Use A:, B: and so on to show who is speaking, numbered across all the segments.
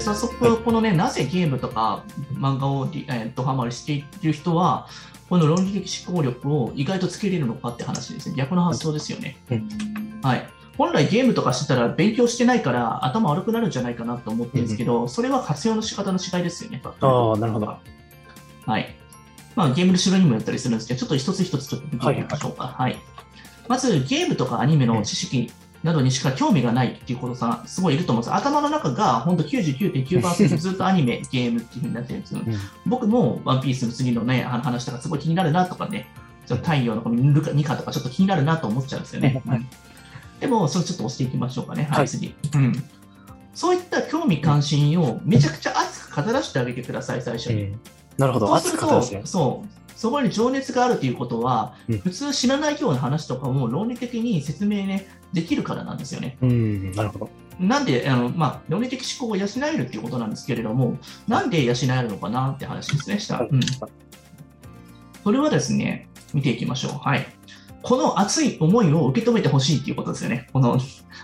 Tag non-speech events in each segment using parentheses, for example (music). A: 早速、このね、なぜゲームとか漫画をり、えー、ドハマりしている人は、この論理的思考力を意外とつけれるのかって話ですね。逆の発想ですよね。
B: うん
A: はい。本来ゲームとかしてたら勉強してないから頭悪くなるんじゃないかなと思ってるんですけど、それは活用の仕方の違いですよね。
B: ああ、なるほど。は
A: はい。まあ、ゲームの種類にもよったりするんですけど、ちょっと一つ一つちょっと見ていきましょうか。はい、まず、ゲームとかアニメの知識などにしか興味がないっていうことさん、すごいいると思うんです。頭の中が本当99.9%ずっとアニメ、ゲームっていう風になってるんですよ。
B: うん
A: 僕もワンピースの次のね、あの話とかすごい気になるなとかね、ちょっと太陽のこのルカニカとかちょっと気になるなと思っちゃうんですよね。
B: はい
A: でも、それちょっと押していきましょうかね。は、
B: はいい
A: 次。うんそういった興味関心をめちゃくちゃ熱く語らせてあげてください、最初
B: い
A: に。
B: なるほど。
A: そうす
B: 熱
A: る
B: く語るん
A: と
B: ですね。
A: そうそこに情熱があるということは、
B: うん
A: 普通知らないような話とかも論理的に説明、ね、できるからなんですよね。
B: うん、なるほど。
A: なんであの、まあ、論理的思考を養えるということなんですけれども、なんで養えるのかなって話ですね、した。
B: はい
A: うん、それはですね、見ていきましょう。はいこの熱い思いを受け止めてほしいということですよね。この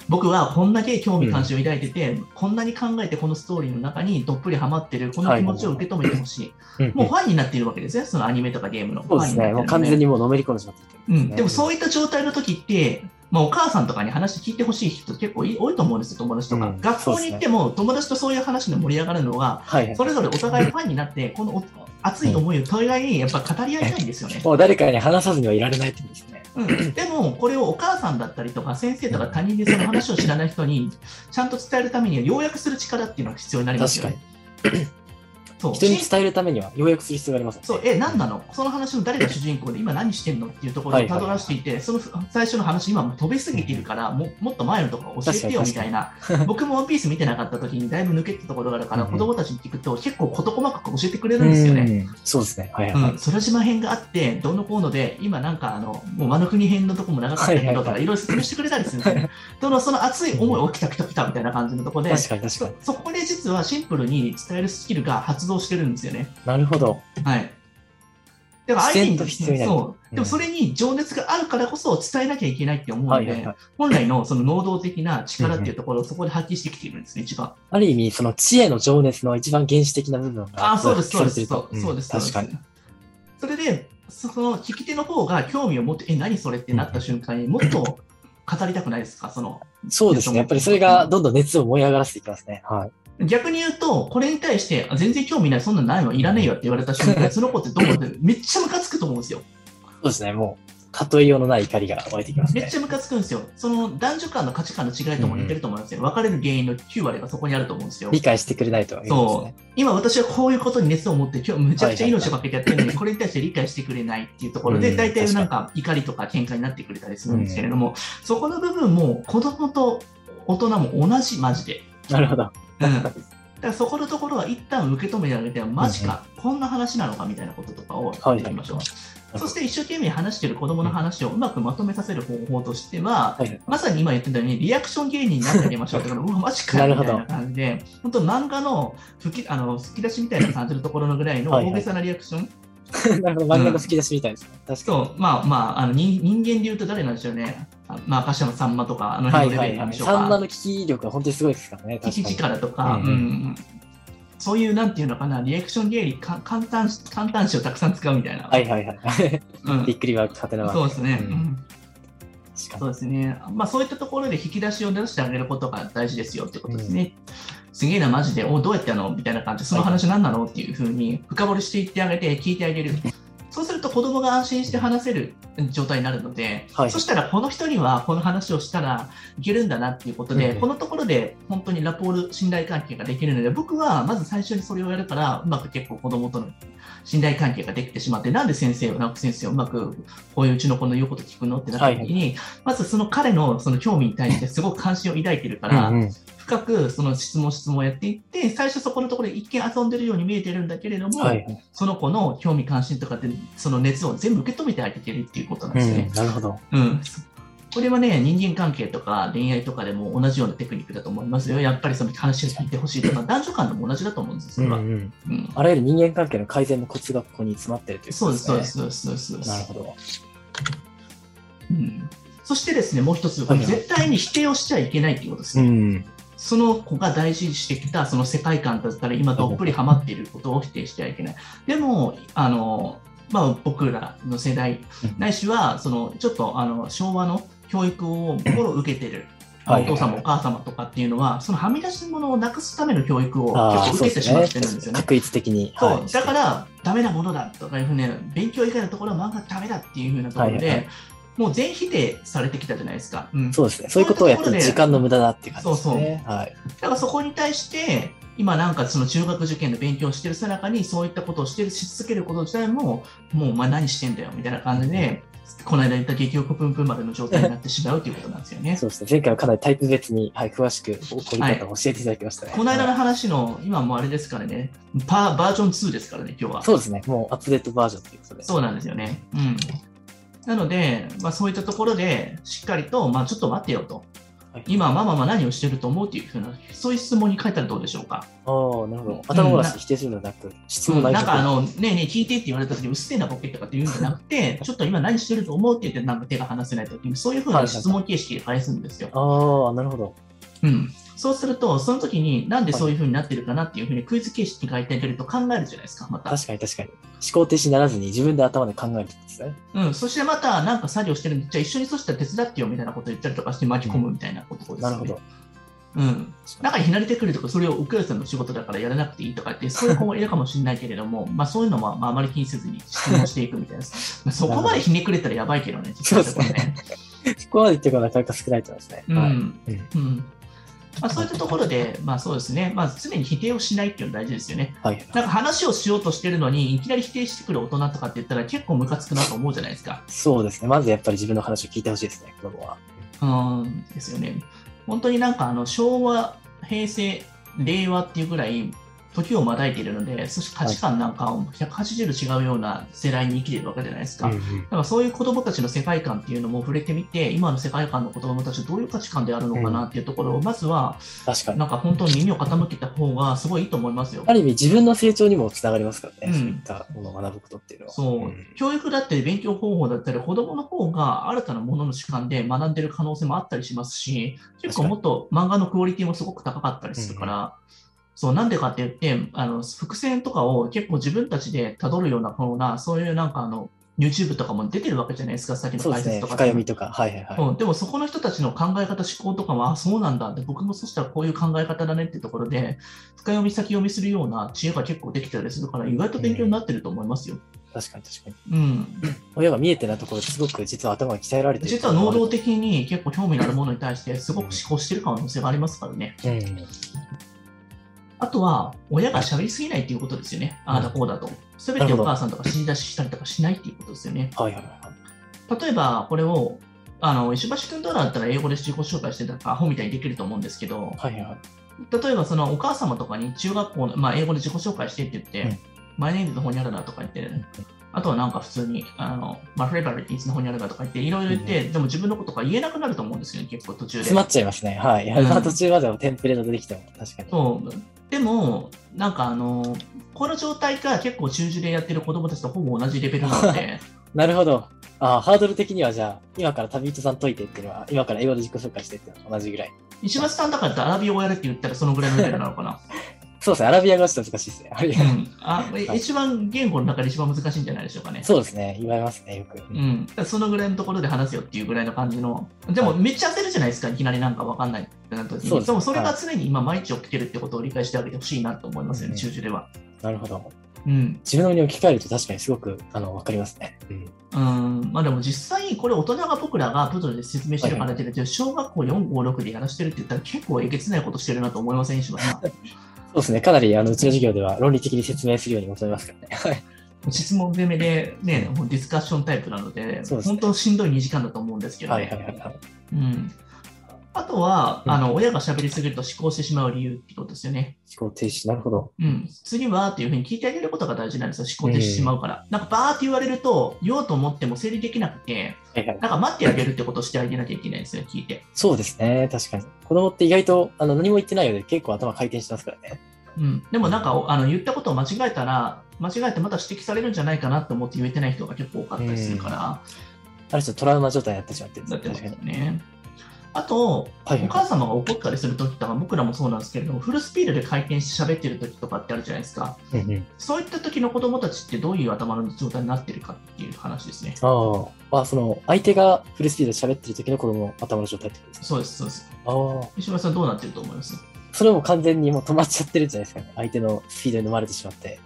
A: 僕はこんだけ興味関心を抱いてて、こんなに考えてこのストーリーの中にどっぷりハマってる、この気持ちを受け止めてほしい。
B: うん
A: もうファンになっているわけですね、そのアニメとかゲームの。
B: そうですね。もう
A: ファンに
B: 完
A: なってるの
B: 全にもうのめり込んでしまってるってこと
A: うん、でもそう
B: いう
A: いった状態の時って、まあ、お母さんとかに話聞いてほしい人結構い多いと思うんですよ、友達とか。
B: うん
A: 学校に行っても、友達とそういう話で盛り上がるのは、
B: はいはい。
A: それぞれお互いファンになって、このお熱い思いを互いにやっぱ語り合いたいんですよね。
B: もう誰かに話さずにはいられないってことですね。
A: うん、でも、これをお母さんだったりとか、先生とか他人でその話を知らない人に、ちゃんと伝えるためには、要約する力っていうのが必要になります
B: 確
A: よ
B: かに
A: ね。。そう
B: 人に伝えるためには、要約する必要がありますね。
A: そうえ何なのその話の誰が主人公で今何してんのっていうところをたどらせていて、その最初の話今もう飛びすぎているから、ももっと前のところ教えてよみ
B: 確
A: た
B: か
A: いな
B: (laughs)
A: 僕も「ワンピース見てなかった時にだいぶ抜けてたところがあるから、
B: うん
A: 子供たちに聞くと結構事細かく教えてくれ
B: う
A: るんですよね。
B: ん。そうですね。はいはい。
A: うん、空島編があって、どうのこうので、今なんかあの、もう間の国編のとこも長かったけ
B: はい
A: ど
B: は
A: と
B: いは
A: か、いろいろ説明してくれたりするんですよね。そのその熱い思いをきたきたきたみたいな感じのところで、
B: 確かに確かに。
A: そこで実はシンプルに伝えるスキルが発動してるんですよね。
B: なるほど。
A: はい。でも相手に
B: 自然と必要になる
A: そう。で
B: う
A: も
B: ん
A: それに情熱があるからこそ伝えなきゃいけないって思うの
B: は
A: で、
B: いはいはい。
A: 本来のその能動的な力っていうところをそこで発揮してきているんですね、一番。
B: ある意味、その知恵の情熱の一番原始的な部分が。
A: ああ、そうです、そうで
B: 発揮
A: す、
B: さ
A: そう
B: れていると
A: そうです。
B: ん
A: そうです
B: 確かに。。
A: それで、そその聞き手の方が興味を持って、え、何それってなった瞬間にもっと語りたくないですか、その。
B: そうですね。やっぱりそれがどんどん熱を燃え上がらせていきますね。はい。
A: 逆に言うと、これに対して、あ全然興味ない、そんなんないのいらねえよって言われた瞬間、その子ってどう思ってるめっちゃムカつくと思うんですよ。
B: そうですね。もう、例えようのない怒りが湧いてきます
A: めっ
B: ね
A: ち。ゃムカつくんですよ。その男女間の価値観の違いとも似てると思うんですよ。別れる原因の9割がそこにあると思うんですよ
B: 理。解してくれないとは言いますね。
A: 今私はこういうことに熱を持って、今日むちゃくちゃ命をかけてやってるのに、これに対して理解してくれないっていうところ
B: う
A: で、
B: ん
A: 大体
B: 確か
A: な
B: に
A: んか怒りとか喧嘩になってくれたりするんですけれども、そこの部分も子供と大人も同じ、マジで。 (laughs)
B: なるほど。
A: うん。だからそこのところは一旦受け止めてあげて、マジか、こんな話なのかみたいなこととかを
B: はい
A: やっていきましょう。
B: い
A: そして一生懸命話してる子供の話をうまくまとめさせる方法としては、
B: はいはい
A: まさに今言ってたようにリアクション芸人になってあげましょうってうわマジか
B: な
A: よ
B: る
A: み
B: ほ
A: た
B: ど
A: いな感じで、本当漫画の吹きあの吹き出しみたいな感じのところのぐらいの
B: はいは
A: 大
B: い
A: げさなリアクション、
B: (laughs) なるほど。漫画の吹き出しみたいですね。確かに。
A: と、まあまあ、あの人人間で言うと誰なんでしょうね、あまあ、明石家のさんまとか、あの
B: はい
A: 辺の
B: は
A: レベル
B: い
A: な
B: は
A: んで
B: い。
A: しょう
B: サン
A: か
B: マ、の聞き力は本当にすごいですからね。
A: 聞
B: 確
A: き
B: かに。
A: 力とか、
B: うん
A: うんうんそういうなんていうのかな、リアクション芸人、か簡単し簡単詞をたくさん使うみたいな。
B: はいはいはい。
A: うん
B: びっくりは勝てな
A: そうですね。
B: うん
A: うん
B: 確
A: そ
B: か
A: うですね。まあそういったところで引き出しを出してあげることが大事ですよってことですね。すげえな、マジで。おどうやってやんのみたいな感じで、その話何なのっていうふうに深掘りしていってあげて、聞いてあげる。そうすると子供が安心して話せる状態になるので、
B: はい
A: そしたらこの人にはこの話をしたらいけるんだなっていうことで、
B: うん
A: このところで本当にラポール信頼関係ができるので、僕はまず最初にそれをやるから、うまく結構子供との信頼関係ができてしまって、なんで先生を、なんか先生をうまくこういううちの子の言うこと聞くのってなった時に、まずその彼のその興味に対してすごく関心を抱いてるか
B: に。
A: ら、
B: うんうん
A: 深くその質問質問をやっていって、最初そこのところで一見遊んでるように見えてるんだけれども、
B: はいはい。
A: その子の興味関心とかって、その熱を全部受け止めてあげてるっていうことなんですよ
B: う
A: ね
B: ん。。なるほど。
A: うん。これはね、人間関係とか恋愛とかでも同じようなテクニックだと思いますよ。やっぱりその話を聞いてほしいとか、男女間でも同じだと思うんです、それは。
B: うんうん
A: うん
B: あらゆる人間関係の改善のコツがここに詰まってるというこ
A: そ
B: と
A: うです、そうです、そうです、そうです。そうです
B: なるほど。
A: うんそしてですね、もう一つ、
B: はいはい
A: 絶対に否定をしちゃいけないっていうことです
B: う
A: ね。
B: ん。
A: その子が大事にしてきたその世界観だったり今どっぷりハマっていることを否定してはいけない。でもあのまあ、僕らの世代
B: うん
A: ないしはそのちょっとあの昭和の教育を心受けてる
B: はい
A: お父様お母様とかっていうのはそのはみ出し物をなくすための教育を
B: あ
A: 結
B: ー
A: 構
B: そ
A: 受
B: うで
A: けて
B: す
A: しまってるんですよ
B: ね。
A: ね。
B: 確率的に。
A: そう、
B: はい
A: だから、ダメなものだとかいうふうに、勉強以外のところは漫画ダメだっていうふうなところで、
B: はいはいは
A: もう全否定されてきたじゃないですか。うん、
B: そうですね。そういうことをやってる時間の無駄だっていう感じです
A: そうそう
B: ね。はい。
A: だからそこに対して、今なんかその中学受験の勉強をしてる最中に、そういったことをしてるし続けること自体も、もうお前何してんだよみたいな感じで、この間言った激欲ぷんぷんまでの状態になってしまうということなんですよね。
B: そうですね。前回はかなりタイプ別に、はい、詳しくお怒り方を教えていただきましたね。
A: この間の
B: は。
A: 話の、今もうあれですからね、パーバージョン2ですからね、今日はい
B: そうですね。もうアップデートバージョンということで。
A: そうなんですよね。うん。なので、まあ、そういったところで、しっかりと、まあ、ちょっと待ってよと。
B: はい
A: 今、ママは何をしてると思うというふうな、そういう質問に書いたらどうでしょうか。
B: ああ、なるほど。頭ごなし否定するのではなく、質問内
A: なん
B: 容
A: かあの、ねえねえ、聞いてって言われた時に、うっせえなボケとかって言うんじゃなくて、ちょっと今何してると思うって言って、なんか手が離せない時に、そういうふうな質問形式で返すんですよ。
B: ああ、なるほど。
A: うん。そうすると、その時に、なんでそういうふうになってるかなっていうふうにクイズ形式に書いてあげると考えるじゃないですか、また。
B: 確かに確かに。思考停止にならずに自分で頭で考えるってことですね。
A: うん、そしてまたなんか作業してるんで、じゃあ一緒にそしたら手伝ってよみたいなこと言ったりとかして巻き込むみたいなことですよね。
B: なるほど。
A: うん。中にひなりてくるとか、それをウクライさんの仕事だからやらなくていいとかって、そういう子もいるかもしれないけれども、まあそういうのはまああまり気にせずに質問していくみ (laughs) たいな。まあそこまでひねくれたらやばいけどね、実は
B: そうですね。そこまで言ってるのはなかなか少ないと思いますね。
A: うん。
B: はい。
A: うんまあ、そういったところで、まあそうですね、まあ、常に否定をしないっていうのが大事ですよね。
B: はい。
A: なんか話をしようとしてるのに、いきなり否定してくる大人とかって言ったら結構ムカつくなと思うじゃないですか。
B: そうですね。まずやっぱり自分の話を聞いてほしいですね、子供は。
A: うんですよね。本当になんかあの昭和、平成、令和っていうぐらい時をまたいているので、そして価値観なんかを180度違うような世代に生きてるわけじゃないですか。だからそういう子供たちの世界観っていうのも触れてみて、今の世界観の子供たちどういう価値観であるのかなっていうところを、まずは
B: 確かに。
A: なんか本当に耳を傾けた方がすごいいいと思いますよ
B: あ。る意味自分の成長にもつながりますからね、
A: うん
B: そういったものを学ぶことっていうのは。
A: そう、
B: ん
A: 教育だったり勉強方法だったり子どもの方が新たなものの主観で学んでる可能性もあったりしますし結構もっと漫画のクオリティもすごく高かったりするから、そうなんでかって言ってあの伏線とかを結構自分たちでたどるようなこうなそういうなんかあの YouTube とかも出てるわけじゃないですかさっきの
B: そうで
A: 解
B: すね。
A: 説と
B: 深
A: か
B: 読みとか。はいはいはい。
A: うん、でもそこの人たちの考え方、思考とかは、あそうなんだって、僕もそしたらこういう考え方だねってところで、深読み、先読みするような知恵が結構できたりするから、意外と勉強になってると思いますよ。
B: 確かに確かに。
A: うん、
B: 親が見えてないところですごく実は頭が鍛えられてる。
A: 実は能動的に結構興味のあるものに対してすごく思考してる可能性がありますからね。
B: うん。
A: あとは、親が喋りすぎないっていうことですよね。
B: うん
A: ああだこうだと。すべてお母さんとか死に出ししたりとかしないっていうことですよね。
B: はいはいは
A: 例えば、これを、あの、石橋君とかだったら英語で自己紹介してたらアホみたいにできると思うんですけど
B: い。、はいはいはい。
A: 例えばそのお母様とかに中学校の、まあ、英語で自己紹介してって言って、
B: うん
A: マイネームの方にあるなとか言って、あとはなんか普通に、あの、まあ、フレバリティーズの方にあるなとか言って、いろいろ言って、でも自分のことが言えなくなると思うんですよね、結構途中で。
B: 詰まっちゃいますね。はい。
A: うん
B: 途中までもテンプレート出てきても、確かに。
A: そうでも、なんかあの、この状態が結構中受でやってる子供たちとほぼ同じレベルなの
B: (laughs)
A: で、
B: なるほど。あハードル的にはじゃあ、今から旅人さん解いてっていうのは、今から英語で自己紹介してっていうのは同じぐらい。
A: 石橋さんだからアラビアをやれって言ったらそのぐらいのレベルなのか
B: (laughs)
A: な。
B: そうですね、アラビア語はちょっと難しいですねアラビ
A: う
B: ア語。
A: んあえ一番言語の中で一番難しいんじゃないでしょうかね。
B: そうですね、言われますね、よく。
A: うん、だからそのぐらいのところで話すよっていうぐらいの感じの、でも
B: はい
A: めっちゃ焦るじゃないですか、いきなりなんかわかんないってなった時に、
B: そうです
A: でもそれが常に今、毎日起きてるってことを理解してあげてほしいなと思いますよね、
B: うん
A: 中受では。
B: なるほど。
A: うん、
B: 自分の身に置き換えると確かにすごく、あの、わかりますね。うん。
A: うんまあでも実際、これ大人が僕らがプロで説明してるからって言うけど小学校4、5、6でやらしてるって言ったら結構えげつないことしてるなと思いません石橋さん
B: そうですね、かなり、あの、うちの授業では論理的に説明するように求めますからね。はい。
A: 質問攻めで、ね、もうディスカッションタイプなので
B: そうですね
A: 本当しんどい2時間だと思うんですけど、
B: はいはいはいはい。
A: うん、あとは、
B: うん
A: あの親が喋りすぎると思考してしまう理由ってことですよね。
B: 思考停止、なるほど。
A: うん、次はっていうふうに聞いてあげることが大事なんですよ、思考停止してしまうから。なんかバーって言われると、言おうと思っても整理できなくて、
B: はいはい。
A: なんか待ってあげるってことをしてあげなきゃいけないんですよ、聞いて。
B: そうですね、確かに。子供って意外と、あの、何も言ってないようで結構頭回転してますからね。
A: うん、でもなんかあの言ったことを間違えたら、間違えてまた指摘されるんじゃないかなと思って言えてない人が結構多かったりするから、
B: ある種トラウマ状態になってしまってるんで
A: だっ
B: す
A: て
B: ね
A: ま
B: 確
A: す
B: か
A: よ
B: に。
A: ね。あと、
B: はいはい
A: お母様が怒ったりするときとか、僕らもそうなんですけれども、フルスピードで回転して喋ってるときとかってあるじゃないですか。
B: うんうん
A: そういった時の子供たちってどういう頭の状態になってるかっていう話ですね。
B: ああ。まあ、その、相手がフルスピードで喋ってる時の子供の頭の状態ってことですね。
A: そうです、そうです。
B: ああ。
A: 石村さんどうなってると思います
B: それはもう完全にもう止まっちゃってるんじゃないですか、 (laughs) ね、相手のスピードに飲まれてしまって。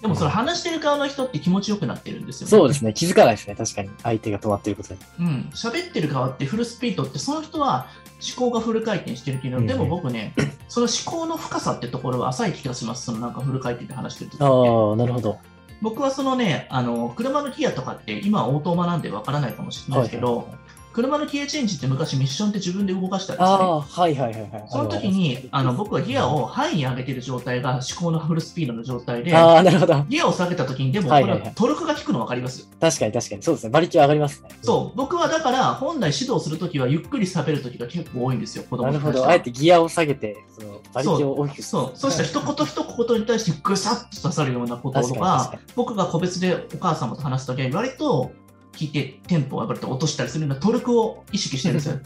A: でもそれ話してる側の人って気持ちよくなってるんですよね。
B: そうですね、気づかないですね、確かに。相手が止まってることに。
A: うん、喋ってる側ってフルスピードってその人は思考がフル回転してるけど、
B: うん
A: でも僕ね、その思考の深さってところは浅い気がします、そのなんかフル回転で話してる時って。
B: ああ、なるほど。
A: 僕はそのね、あの車のギアとかって今はオートマなんでわからないかもしれないですけど、
B: はいはい
A: 車のギアチェンジって昔ミッションって自分で動かしたんです
B: あ
A: ね。
B: あ、はいはいはいはい。
A: その時にあの僕はギアを範囲に上げてる状態が思考のフルスピードの状態で、
B: ああ、なるほど。
A: ギアを下げた時にでもこ
B: はい
A: れ
B: はいはい
A: はトルクが効くの分かります
B: 確かに確かに。そうですね。馬力は上がりますね。
A: そう、僕はだから、本来指導するときはゆっくり喋るときが結構多いんですよ、子供
B: な
A: に
B: るほ
A: 対して
B: ど。
A: は
B: あえてギアを下げて、その馬力を大きくする
A: そう、そうしたら一言一言に対してぐさっと刺さるようなことと
B: 確かに確
A: か
B: か、
A: 僕が個別でお母様と話すときは、割と聞いて、テンポをやっぱり落としたりするようなトルクを意識してるんですよ。
B: に。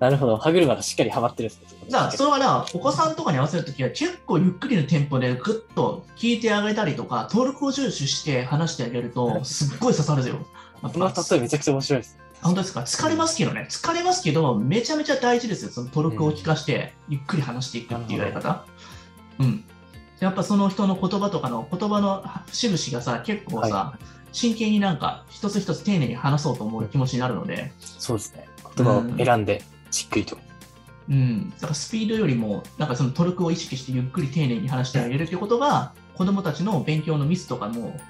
B: なるほど。歯車がしっかりはまってるんですね。
A: だから、それはな、お子さんとかに合わせるときは、結構ゆっくりのテンポでぐっと聞いてあげたりとか、トルクを重視して話してあげると、すっごい刺さるんですよ。やっ
B: この
A: ぱ
B: 例えめちゃくちゃ面白いです。
A: 本当ですか疲れますけどね、疲れますけど、めちゃめちゃ大事ですよ、そのトルクを聞かして、ゆっくり話していくっていうやり方。うん、やっぱその人の言葉とかの言葉の節々がさ、結構さ、
B: は
A: 真剣になんか、一つ一つ丁寧に話そうと思う気持ちになるので、
B: そうですね。言葉を選んで、じっくりと。
A: うん、だからスピードよりも、なんかそのトルクを意識して、ゆっくり丁寧に話してあげるってことが、子供たちの勉強のミスとかも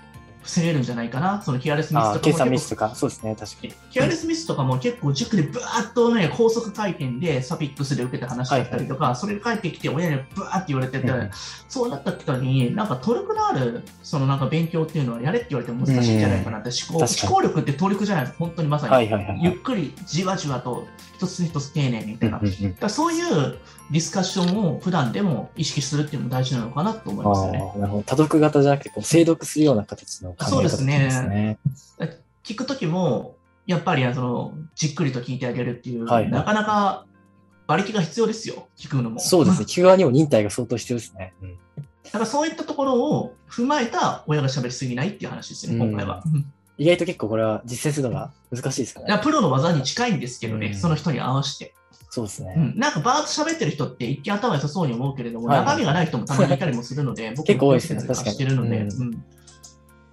A: 防げるんじゃないかな、そのケアレスミ
B: あ
A: ス
B: あ、
A: と
B: 計
A: か
B: 算
A: も
B: ミ
A: 結構
B: スとか。そうですね、確かに。
A: ケアレスミスとかも結構塾でブワーッとね、高速回転でサピックスで受けた話だったりとか、それで帰ってきて親にブワーって言われてて
B: うん、
A: そうなった時に、なんかトルクのある、そのなんか勉強っていうのはやれって言われても難しいんじゃないかなって、思考
B: 確かに
A: 思考力ってトルクじゃないです本当にまさに。
B: はいはいはいはい。
A: ゆっくりじわじわと一つ一つ丁寧にみたいな。
B: うんうんうん
A: だからそういうディスカッションを普段でも意識するっていうのも大事なのかなと思いますよね。
B: ああ、なるほど。多読型じゃなくて、こう、精読するような形の考え方
A: そうですね
B: ですね。
A: 聞くときも、やっぱりあのじっくりと聞いてあげるっていう、
B: はい
A: なかなか馬力が必要ですよ、聞くのも。
B: そうですね。聞く側にも忍耐が相当必要ですね。うん
A: だからそういったところを踏まえた親が喋りすぎないっていう話ですね、
B: うん
A: 今回は。うん
B: 意外と結構これは実践するのが難しいですか
A: だから
B: ね。
A: プロの技に近いんですけどね、
B: うん
A: その人に合わせて、
B: そうですね。
A: うんなんかバーッと喋ってる人って一見頭良さそうに思うけれども、
B: はい
A: 中身がない人もたまにいたりもするの
B: (laughs)
A: で、僕
B: 結構多いですね
A: も気をつけたりとかしてるので。
B: 確
A: うん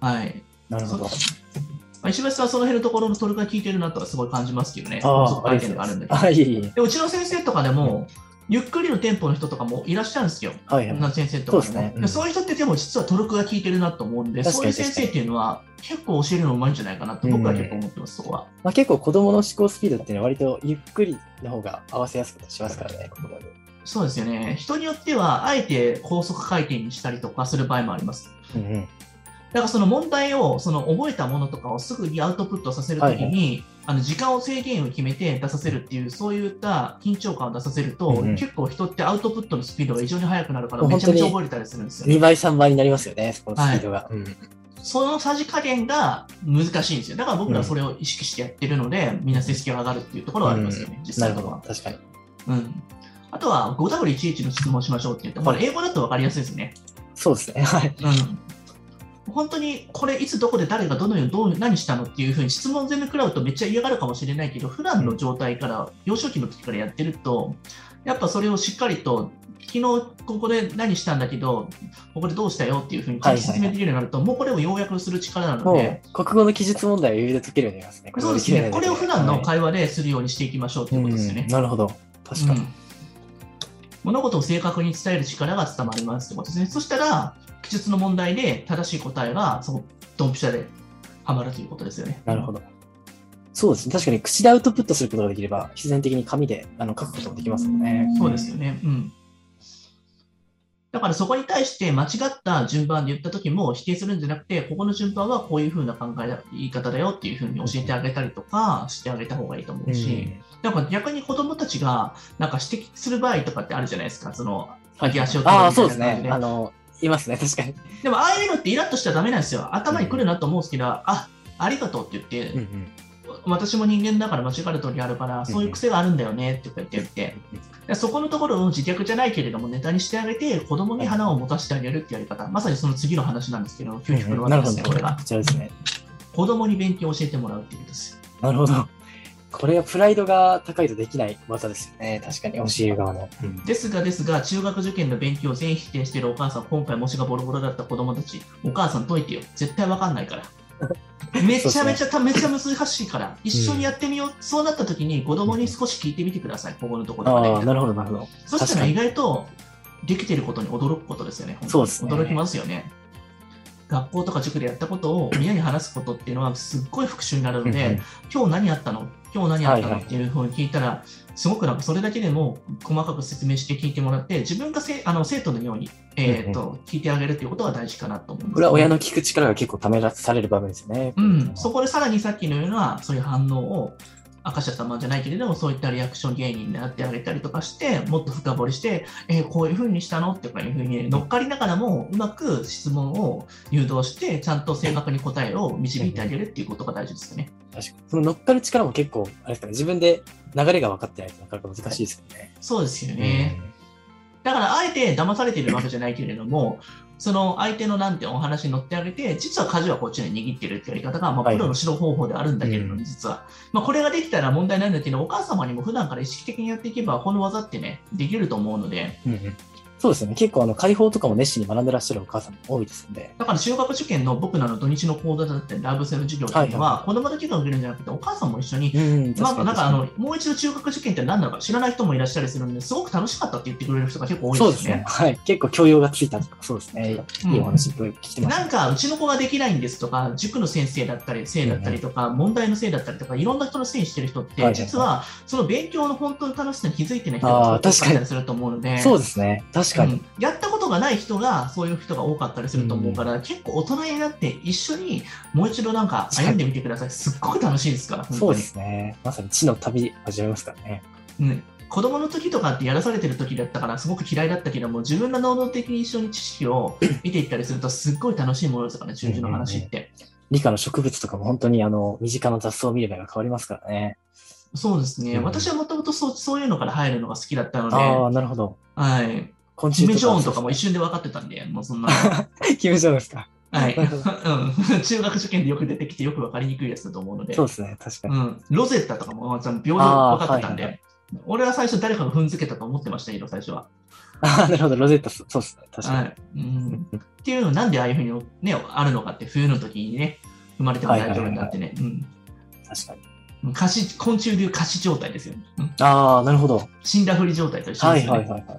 A: はい
B: なるほど。
A: まあ石橋さんはその辺のところのトルクが効いてるなとはすごい感じますけどね、
B: あ
A: そう
B: あ、あ
A: 回
B: り
A: 転
B: がとう
A: が
B: ご
A: あ
B: ざ
A: る
B: い
A: ん
B: ま
A: だけど。
B: す。あいえいえ。
A: でうちの先生とかでも、ゆっくりのテンポの人とかもいらっしゃるんですよ、
B: はいはい。
A: 先生とか
B: そう
A: で
B: ですね
A: も。でそういう人ってでも実はトルクが効いてるなと思うんで、
B: 確
A: そう
B: か
A: い
B: に
A: う先生っていうのは結構教えるのうまいんじゃないかなと僕は結構思ってます、そこは。
B: まあ、結構子供の思考スピードっていうのは割とゆっくりの方が合わせやすくしますからね、言葉に。
A: そうですよね。人によっては、あえて高速回転にしたりとかする場合もあります。
B: うんうん。
A: だからその問題を、その覚えたものとかをすぐにアウトプットさせるときに、
B: はい
A: あの時間を制限を決めて出させるっていう、そういった緊張感を出させると、
B: うんうん
A: 結構人ってアウトプットのスピードが異常に速くなるから、
B: 本当
A: め
B: に
A: ちゃめちゃ覚えれたりするんですよね。
B: 2倍、3倍になりますよね、そこのスピードが。うん
A: そのさじ加減が難しいんですよ。だから僕らはそれを意識してやってるので、みんな成績が上がるっていうところはありますよね、実際
B: なる
A: の
B: ほ
A: ところ
B: ど
A: は。。
B: 確かに。
A: うん。あとは 5W11 の質問しましょうって言って、これ英語だと分かりやすいですね。
B: そうですね。 (laughs) はい。
A: うん。本当にこれいつどこで誰がどのようにどう何したのっていうふうに質問全部食らうとめっちゃ嫌がるかもしれないけど、普段の状態から、幼少期の時からやってると、やっぱそれをしっかりと、昨日ここで何したんだけど、ここでどうしたよっていうふうに
B: はいはいはい
A: 説明できるようになると、もうこれを要約する力なの
B: も
A: で、
B: う、国語の記述問題を余裕で解けるようになりますね。
A: そうですね、これを普段の
B: 会
A: 会話でするようにしていきましょうということですよね。
B: なるほど。確かに。
A: うん物事を正確に伝える力が伝わりますってことですね。そしたら、記述の問題で正しい答えが、そのドンピシャではまるということですよね。
B: なるほど。そうですね。確かに口でアウトプットすることができれば、必然的に紙であの書くこともできますよね。
A: そうですよね。うん。だからそこに対して間違った順番で言った時も否定するんじゃなくて、ここの順番はこういうふうな考えだ、言い方だよっていうふうに教えてあげたりとかしてあげた方がいいと思
B: う
A: うんし。なんか逆に子供たちがなんか指摘する場合とかってあるじゃないですか、その上げ足を取る
B: ああ、
A: みた
B: そ
A: いうな
B: で
A: 感
B: す
A: じで
B: ね。あの、いますね。確かに。
A: でもああいうのってイラッとしちゃだめなんですよ、頭にくるなと思うんですけど、あありがとうって言って、私も人間だから間違う通りあるから、そういう癖があるんだよねって言って言って、でそこのところを自虐じゃないけれども、ネタにしてあげて、子供に花を持たせてあげるってやり方、まさにその次の話なんですけど、究極の
B: なる
A: 話ですね、
B: ほど
A: これが。。
B: そうですね。
A: 子供に勉強を教えてもらうっていうことです。
B: なるほど。これはプライドが高いとできない技ですよね。確かに、教える側の。うん
A: ですが、ですが、中学受験の勉強を全否定しているお母さん、今回模試がボロボロだった子供たち、お母さん解いてよ。絶対わかんない
B: (laughs)
A: から。めちゃめちゃ、ためちゃ難しいから、一緒にやってみよう。そうなった時に、子供に少し聞いてみてください、ここのところ
B: あ
A: ま
B: あ、
A: で。
B: なるほど、なるほど。
A: そした
B: 確
A: ら
B: かに
A: 意外と、できてることに驚くことですよね。本当に
B: そうですね
A: 驚きますよね。学校とか塾でやったことを親に話すことっていうのはすっごい復習になるので、今日何やったの今日何やった
B: はい
A: の
B: はい
A: っていうふうに聞いたら、すごくなんかそれだけでも細かく説明して聞いてもらって、自分がせあの生徒のように、えーと聞いてあげるということが大事かなと思います。
B: これは親の聞く力が結構ためらされる場面ですよね。
A: うん、そこでさらにさっきのようなそういう反応を赤社様じゃないけれどもそういったリアクション芸人になってあげたりとかしてもっと深掘りして、えーこういうふうにしたのとかいうふうに乗っかりながらもうまく質問を誘導してちゃんと正確に答えを導いてあげるっていうことが大事ですよね。
B: 確かに。その乗っかる力も結構、あれですかね、自分で流れが分かってないとなかなか難しいですよね。
A: そうですよね。だからあえて騙されてるわけじゃないけれども、その相手のなんてお話に乗ってあげて、実は舵はこっちに握ってるってやり方が、まあ、
B: はい
A: プロの指導方法であるんだけれども、
B: うん
A: 実は。まあ、これができたら問題ないんだけど、お母様にも普段から意識的にやっていけば、この技ってね、できると思うので、
B: うんうんそうですよね。結構、あの、解放とかも熱心に学んでらっしゃるお母さんも多いですんで。
A: だから中学受験の僕らの土日の講座だったり、ライブセの授業っていうの
B: はい
A: は、子供だけが受けるんじゃなくて、お母さんも一緒に、
B: うん、
A: まあ、なんかあ
B: 確
A: のもう一度中学受験って何なのか知らない人もいらっしゃるりするので、すごく楽しかったって言ってくれる人が結構
B: か
A: 多い
B: にそう
A: で
B: ですす
A: よね
B: ね。。はい。結構、教養がついたとか、そうですね。いいお話、いろいろ聞きてました。
A: なんかうちの子ができないんですとか、塾の先生だったり、せいだったりとか、問題のせいだったりとか、いろんな人のせいにしてる人っ
B: はいは
A: て、
B: い
A: 実はその勉強の本当の楽しさに気づいてない人が多
B: あー確かに
A: かったりすると思うので。
B: そうですね。確かに。
A: うんやったことがない人がそういう人が多かったりすると思うから、結構大人になって一緒にもう一度なんか歩んでみてください。すっごく楽しいですから、本当に
B: そうですね。まさに地の旅始めますからね。
A: うん、子供の時とかってやらされてる時だったからすごく嫌いだったけども自分が能動的に一緒に知識を見ていったりするとすっごい楽しいものですからね中時の話って、
B: 理科の植物とかも本当にあの、身近な雑草を見れば変わりますからね。
A: そうですね、
B: うん
A: 私はもともとそうそういうのから入るのが好きだったので
B: ああ、なるほど。
A: はい
B: 昆
A: キ
B: 虫
A: ム・ジョンとかも一
B: 緒。
A: 瞬で分かってたんでもうそ
B: (laughs)
A: んなは
B: キム・ジョンですか。
A: い、うん、 (laughs) 中学受験でよく出てきてよく分かりにくいやつだと思うので
B: (laughs) そうですね。確かに。
A: うん、ロゼッタとかもまあちゃんと秒で
B: あー
A: 分かってたんで、
B: はい
A: 俺は最初誰かが踏んづけたと思ってましたけど最初は
B: ああ、なるほど。ロゼッタ、そうですね。確か
A: は
B: に。
A: いうん、っていうのなんでああいうふうに、ね、あるのかって冬の時にね生まれても大丈夫になってね
B: 確かに。
A: うん過死昆虫流仮死状態ですよ、うん
B: ああ、なるほど。
A: 死んだふり状態と一緒
B: は
A: で
B: い
A: すよね、
B: はいはいはい。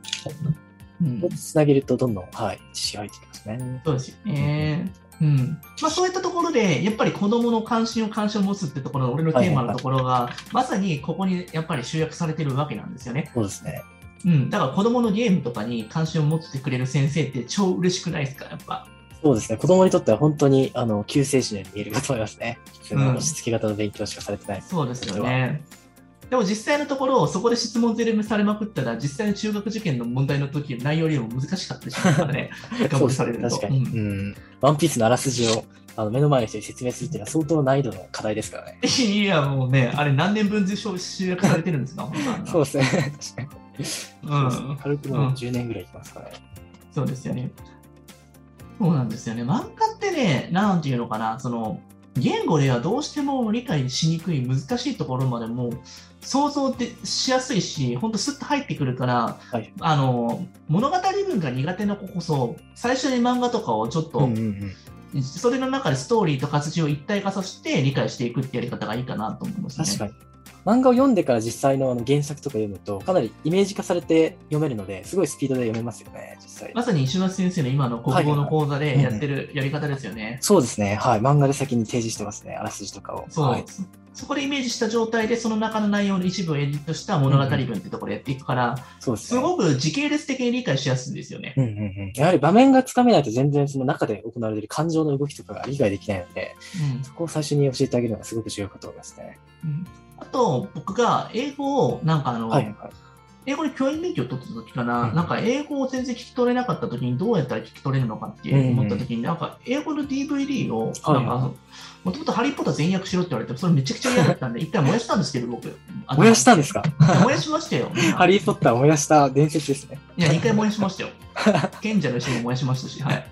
A: うん
B: これつなげるとどんどん、はい、知識が入ってきますね。
A: そうですよね。うんまあ、そういったところで、やっぱり子どもの関心を関心を持つってところの俺のテーマのところが、まさにここにやっぱり集約されてるわけなんですよね。
B: そうですね。
A: うん、だから子どものゲームとかに関心を持ってくれる先生って超嬉しくないですか、やっぱ。
B: そうですね。子供にとっては本当に、あの、救世主のように見えるかと思いますね。普通
A: う
B: の
A: ん
B: 押し付け型の勉強しかされてない。
A: そうですよね。でも実際のところ、そこで質問攻めされまくったら、実際の中学受験の問題の時内容よりも難しかったりしますからね、 (laughs) 頑張
B: そう
A: り
B: で
A: さ
B: す
A: れる
B: ね。
A: と。
B: 確かに。
A: うん
B: うん。ワンピースのあらすじを、あの、目の前の人に説明するっていうのは相当難易度の課題ですからね。
A: いや、もうね、あれ何年分集約されてるんですか、 (laughs) 本当あんな
B: そうですね。確かに。
A: うん、
B: 軽くもう10年ぐらいいきますからね。
A: そうですよね。そうなんですよね。漫画ってね、なんていうのかな、その、言語ではどうしても理解しにくい難しいところまでも想像でしやすいし、ほんとスッと入ってくるから、
B: はい
A: あの、物語文が苦手な子こそ、最初に漫画とかをちょっと、
B: うんうんうん。
A: それの中でストーリーと活字を一体化させて理解していくってやり方がいいかなと思いますね。
B: 確かに。漫画を読んでから実際のあの原作とか読むと、かなりイメージ化されて読めるので、すごいスピードで読めますよね、実際。
A: まさに石橋先生の今の国語の講座でやってるやり方ですよね。
B: そうですね。はい。漫画で先に提示してますね。あらすじとかを。
A: そう、
B: はい。
A: そこでイメージした状態でその中の内容の一部をエディットした物語文ってところやっていくから、
B: そうです
A: す
B: ね。
A: ごく時系列的に理解しやすいんですよね。
B: うんうんうん、やはり場面がつかめないと全然その中で行われている感情の動きとかが理解できないので、そこを最初に教えてあげるのがすごく重要かと思いますね。
A: うんあと僕が英語をなんかあの、
B: はいはい。
A: 英語で教員免許を取ってた時かな、
B: うん
A: なんか英語を全然聞き取れなかった時にどうやったら聞き取れるのかって思った時に、なんか英語の DVD を、
B: は
A: な
B: い
A: んか、もともとハリー・ポッター全訳しろって言われて、それめちゃくちゃ嫌だったんで、一回燃やしたんですけど、僕。あの
B: 燃やしたんで
A: (laughs)
B: すか
A: いや燃やしましたよ。
B: ハリー・ポッター燃やした伝説ですね。
A: いや、2回燃やしま
B: (laughs)
A: したよ。賢者の石も燃やしましたし、はい。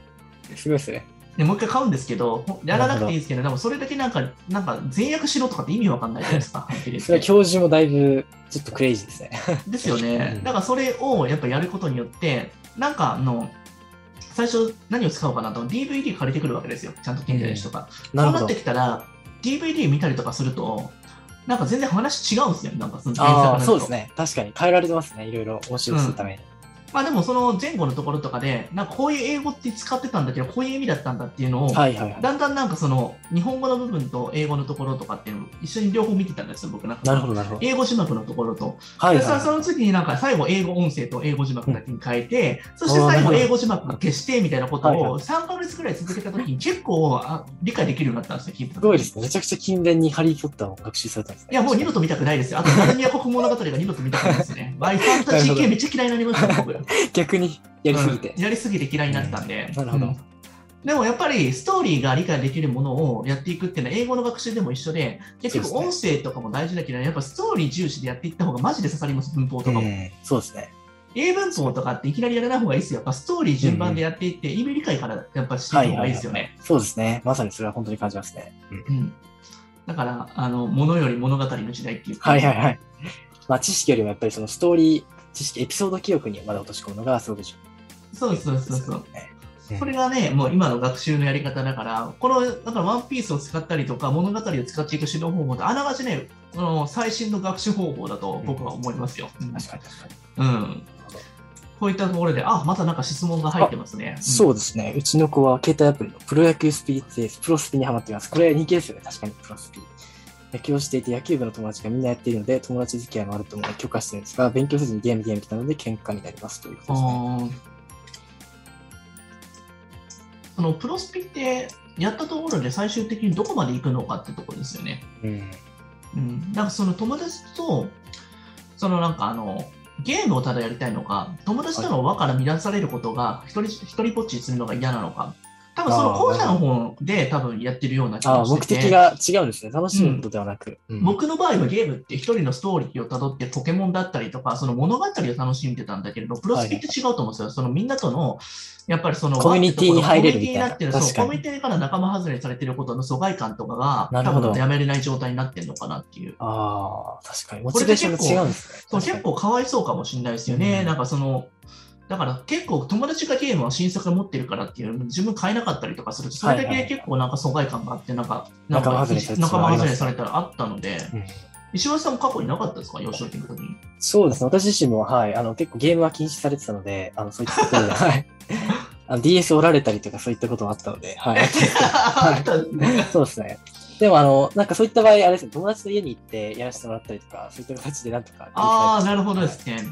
B: すごいですね。
A: でもう一回買うんですけど、やらなくていいですけど、でもそれだけなんか、なんか全訳しろとかって意味わかんないじゃないです
B: (laughs)
A: か。はっきり言って
B: それは教授もだいぶちょっとクレイジーですね。
A: (laughs) ですよね
B: う。ん
A: だからそれをやっぱやることによって、なんかあの、最初何を使おうかなと、DVD 借りてくるわけですよ。ちゃんと近所の人が。
B: なる
A: そうな
B: ほ
A: って
B: ど。
A: きたら、DVD 見たりとかすると、なんか全然話違うんですよ。なんかその原作の
B: あ
A: や
B: あ、
A: つと
B: そうですね。確かに変えられてますね。いろいろ面白くするために。
A: まあでもその前後のところとかで、なんかこういう英語って使ってたんだけど、こういう意味だったんだっていうのを、
B: はいはいはい。
A: だんだんなんかその日本語の部分と英語のところとかっていうのを一緒に両方見てたんですよ、僕なんか。
B: なるほど、なるほど。
A: 英語字幕のところと。
B: はい
A: で
B: は
A: さ
B: い
A: そ
B: は
A: の次になんか最後英語音声と英語字幕だけに変えて、そして
B: あーな
A: 最
B: るほ
A: 後
B: ど
A: 英語字幕を消してみたいなこと
B: はい
A: を3ヶ月くらい続けたときに結構あ理解できるようになったんですよ、聞いて
B: い。
A: た
B: すごいですね。めちゃくちゃ勤勉にハリー・ポッターを学習されたんですね。
A: いや、もう二度と見たくないですよ。あと、ナルニア国物語が二度と見たく (laughs) ないですね。バイファンタジー系めっちゃ嫌いになりました、僕。
B: 逆にやりすぎて
A: うん。やりすぎて嫌いになったんで、
B: うんなるほど
A: うんでもやっぱりストーリーが理解できるものをやっていくっていうのは英語の学習でも一緒で結局
B: そう
A: 音
B: で
A: 声とかも大事だけど、やっぱストーリー重視でやっていった方がマジで刺さります文法とかも、
B: うんそうですね。
A: 英文法とかっていきなりやらない方がいいですよやっぱストーリー順番でやっていって、意味理解からやっぱしていった方がいいですよね、
B: そうですね。まさにそれは本当に感じますね。
A: うん、だからあの物より物語の時代っていうか
B: はいはいはい。まあ、知識よりもやっぱりそのストーリー、知識、エピソード記憶にまだ落とし込むのがすごく重
A: そうそうそうそう
B: 要ね。
A: これがね、もう今の学習のやり方だから、この、だからワンピースを使ったりとか、物語を使っていく指導方法と、あながちね、その最新の学習方法だと僕は思いますよ。うん
B: 確かに確かに。
A: うん。こういったところで、あ、またなんか質問が入ってますね。
B: そううですね。うちの子は携帯アプリのプロ野球スピーツプロスピにハマっています。これ人気ですよね。確かにプロスピ。野球をしていて野球部の友達がみんなやっているので友達付き合いもあると思うので許可してるんですが勉強せずにゲームゲームなので喧嘩になりますということ
A: ん。
B: ですね。
A: あーそのプロスピって、やったところで最終的にどこまで行くのかってところですよね。
B: うん、
A: うん、なんかその友達とそのなんかあのゲームをただやりたいのか友達との輪から乱されることが一人一人ぼっちにするのが嫌なのか多分その
B: あー
A: 後者の方で多分やってるような気
B: あ
A: が
B: あ
A: し
B: 目
A: てて
B: 的が違うんですね。楽しむことではなく。うん
A: 僕の場合はゲームって一人のストーリーをたどってポケモンだったりとかその物語を楽しんでたんだけれどプロスピって違うと思うんですよ、そのみんなとのやっぱりその
B: コミュニティに入れるみたいな
A: コミュニティにってるそう
B: 確か
A: コ
B: に
A: ミュニティから仲間外れされてることの疎外感とかが
B: なる
A: 多
B: ほど
A: 分やめれない状態になってるのかなっていう。
B: ああ、確かに。モチベーションが違うんですね。
A: そう
B: 確か
A: 結
B: に
A: 構かわいそうかもしれないですよね、
B: うん
A: なんかその、だから結構友達がゲームは新作持ってるからっていう、自分買えなかったりとかすると、それだ
B: はい
A: け
B: はい
A: 結構なんか疎外感があって、なんか、なん
B: 仲
A: か
B: 間外れされてし
A: 仲
B: まう
A: 間外れされたらあったので、
B: うん
A: 石橋さんも過去になかったですか、幼少期の時に。
B: そうですね。私自身も、はい。あの、結構ゲームは禁止されてたので、あの、そういったことで、 (laughs) はい。あの DS 折られたりとかそういったこともあったので、 (laughs) はい。
A: あったんですね。
B: (laughs) そうですね。でも、あの、なんかそういった場合、あれですね、友達の家に行ってやらせてもらったりとか、そういった形でなんと
A: (laughs)
B: か。
A: ああ、なるほどですね。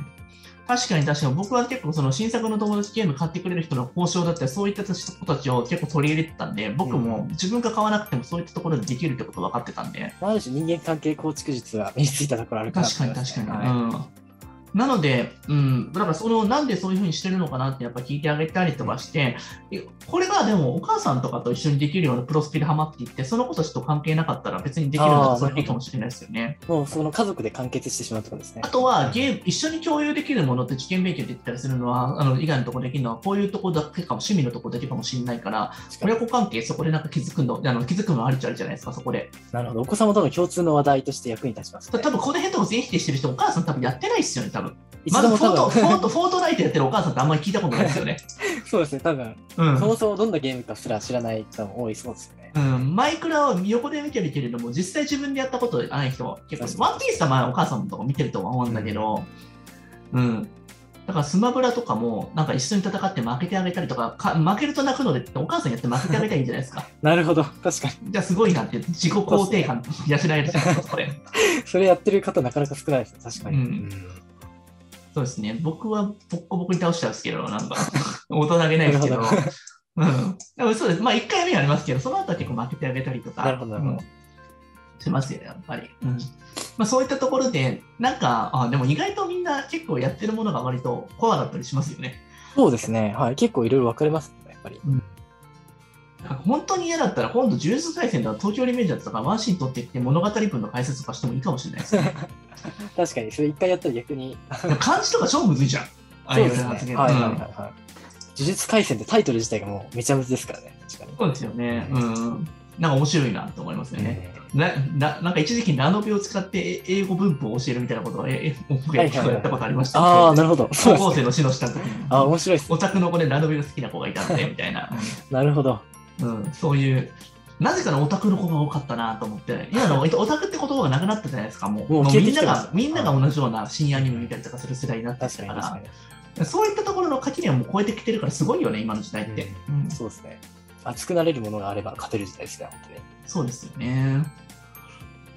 A: 確かに確かに僕は結構その新作の友達ゲーム買ってくれる人の交渉だったりそういった人たちを結構取り入れてたんで僕も自分が買わなくてもそういったところでできるってこと分かってたんで
B: ある種人間関係構築術は身についたところあるかなと
A: 確か
B: 思い
A: に
B: ます
A: 確
B: ね、
A: かに、うん、なので、うん、だからそのなんでそういうふうにしてるのかなってやっぱ聞いてあげたりとかしてえこれがでもお母さんとかと一緒にできるようなプロスピでハマっていってそのことちょっと関係なかったら別にできるの
B: あ
A: は
B: ー
A: それでいいかもしれないですよね
B: はい。もうその家族で完結してしまうところですね。
A: あとはゲーム一緒に共有できるものって受験勉強で言ったりするのはあの以外のところできるのはこういうところだけかも趣味のところだけかもしれないから
B: 確かに
A: 親子関係そこでなんか気づくのあの気づくのありっちゃあるじゃないですかそこで
B: なるほど。お子様との共通の話題として役に立ちます、
A: 多
B: ね。
A: 分この辺とか全否定してる人お母さん多分やってないですよね多分
B: 一
A: まず
B: 度
A: フ
B: も
A: ォート、
B: 多
A: フォ
B: 分、
A: ート、フォートナイトやってるお母さんってあんまり聞いたことないですよね。
B: そうですね、多分。
A: うん。
B: そもそもどんなゲームかすら知らない人も多いそうですよね。
A: うん、マイクラは横で見てるけれども、実際自分でやったことない人、結構、ワンピースはまあお母さんとか見てると思うんだけど、うん。だからスマブラとかも、なんか一緒に戦って負けてあげたりとか、か負けると泣くのでってお母さんやって負けてあげたらいいんじゃないですか。
B: なるほど、確か
A: じゃあすごいなって、自己肯定感 (laughs) 養えるじゃないですか、これ。
B: に。それやってる方なかなか少ないですね、確かに。
A: うんそうですね、僕はボッコボコに倒しちゃうんですけど、なんか、 (laughs) 大人げないですけど
B: なるほど、
A: うん、でもそうです、まあ、1回目はありますけど、その後は結構負けてあげたりとか、
B: なるほどなるほど
A: うんしますよ、やっぱり。うんまあ、そういったところで、なんか、あでも意外とみんな結構やってるものが割とコアだったりしますよね。
B: そうですね。はい。結構いろいろ分かれますね、やっぱり。
A: なんか本当に嫌だったら、今度、呪術廻戦だ、東京リベンジャーズとか、ワンシーン取ってきて、物語文の解説とかしてもいいかもしれない
B: (laughs)
A: ですね。
B: 確かに、それ一回やったら逆に。
A: でも漢字とか超むずいじゃん。ああ
B: そ
A: いうう
B: ですね。はい
A: 発言。
B: はいは
A: う
B: い、は
A: ん
B: い。呪術廻戦ってタイトル自体がもうめちゃめちゃですからね。確か
A: そうですよね。うん。なんか面白いなと思いますよ
B: に。
A: ね。なななんか一時期ナノビを使って英語文法を教えるみたいなことをええ僕が
B: はいはいはい
A: やったことありました。
B: ああ、なるほど。 (laughs) そう
A: 高校
B: ですね。
A: 生の死のした時に。
B: あー面白いですね。
A: オタクの子でラノベが好きな子がいたん
B: (laughs)
A: で、みたいな。
B: なるほど。
A: うん、そういう。なぜかのオタクの子が多かったなと思って、今のオタクって言葉がなくなったじゃないですか、もう。
B: も
A: も
B: う
A: う
B: 消え
A: み
B: て
A: ん
B: き
A: な
B: てます
A: が、みんなが同じような深夜アニメ見たりとかする世代になってき
B: 確
A: た
B: か
A: か
B: に
A: ら、
B: 確か
A: そういったところの垣根はもう超えてきてるから、すごいよね、今の時代って。うん
B: に。そうですね。熱くなれるものがあれば勝てる時代ですね、本当に。
A: そうですよね。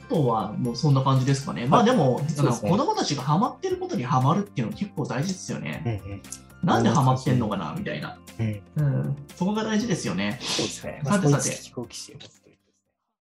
A: あとはもうそんな感じですかね。まあでも、
B: そう
A: あの
B: ですね
A: 子供たちがハマってることにハマるっていうの結構大事ですよね。
B: うんうん。
A: なんでハマってんのかなみたいな。
B: うん
A: うん、そこが大事ですよね。
B: そうですね。
A: さてさて
B: 好奇心。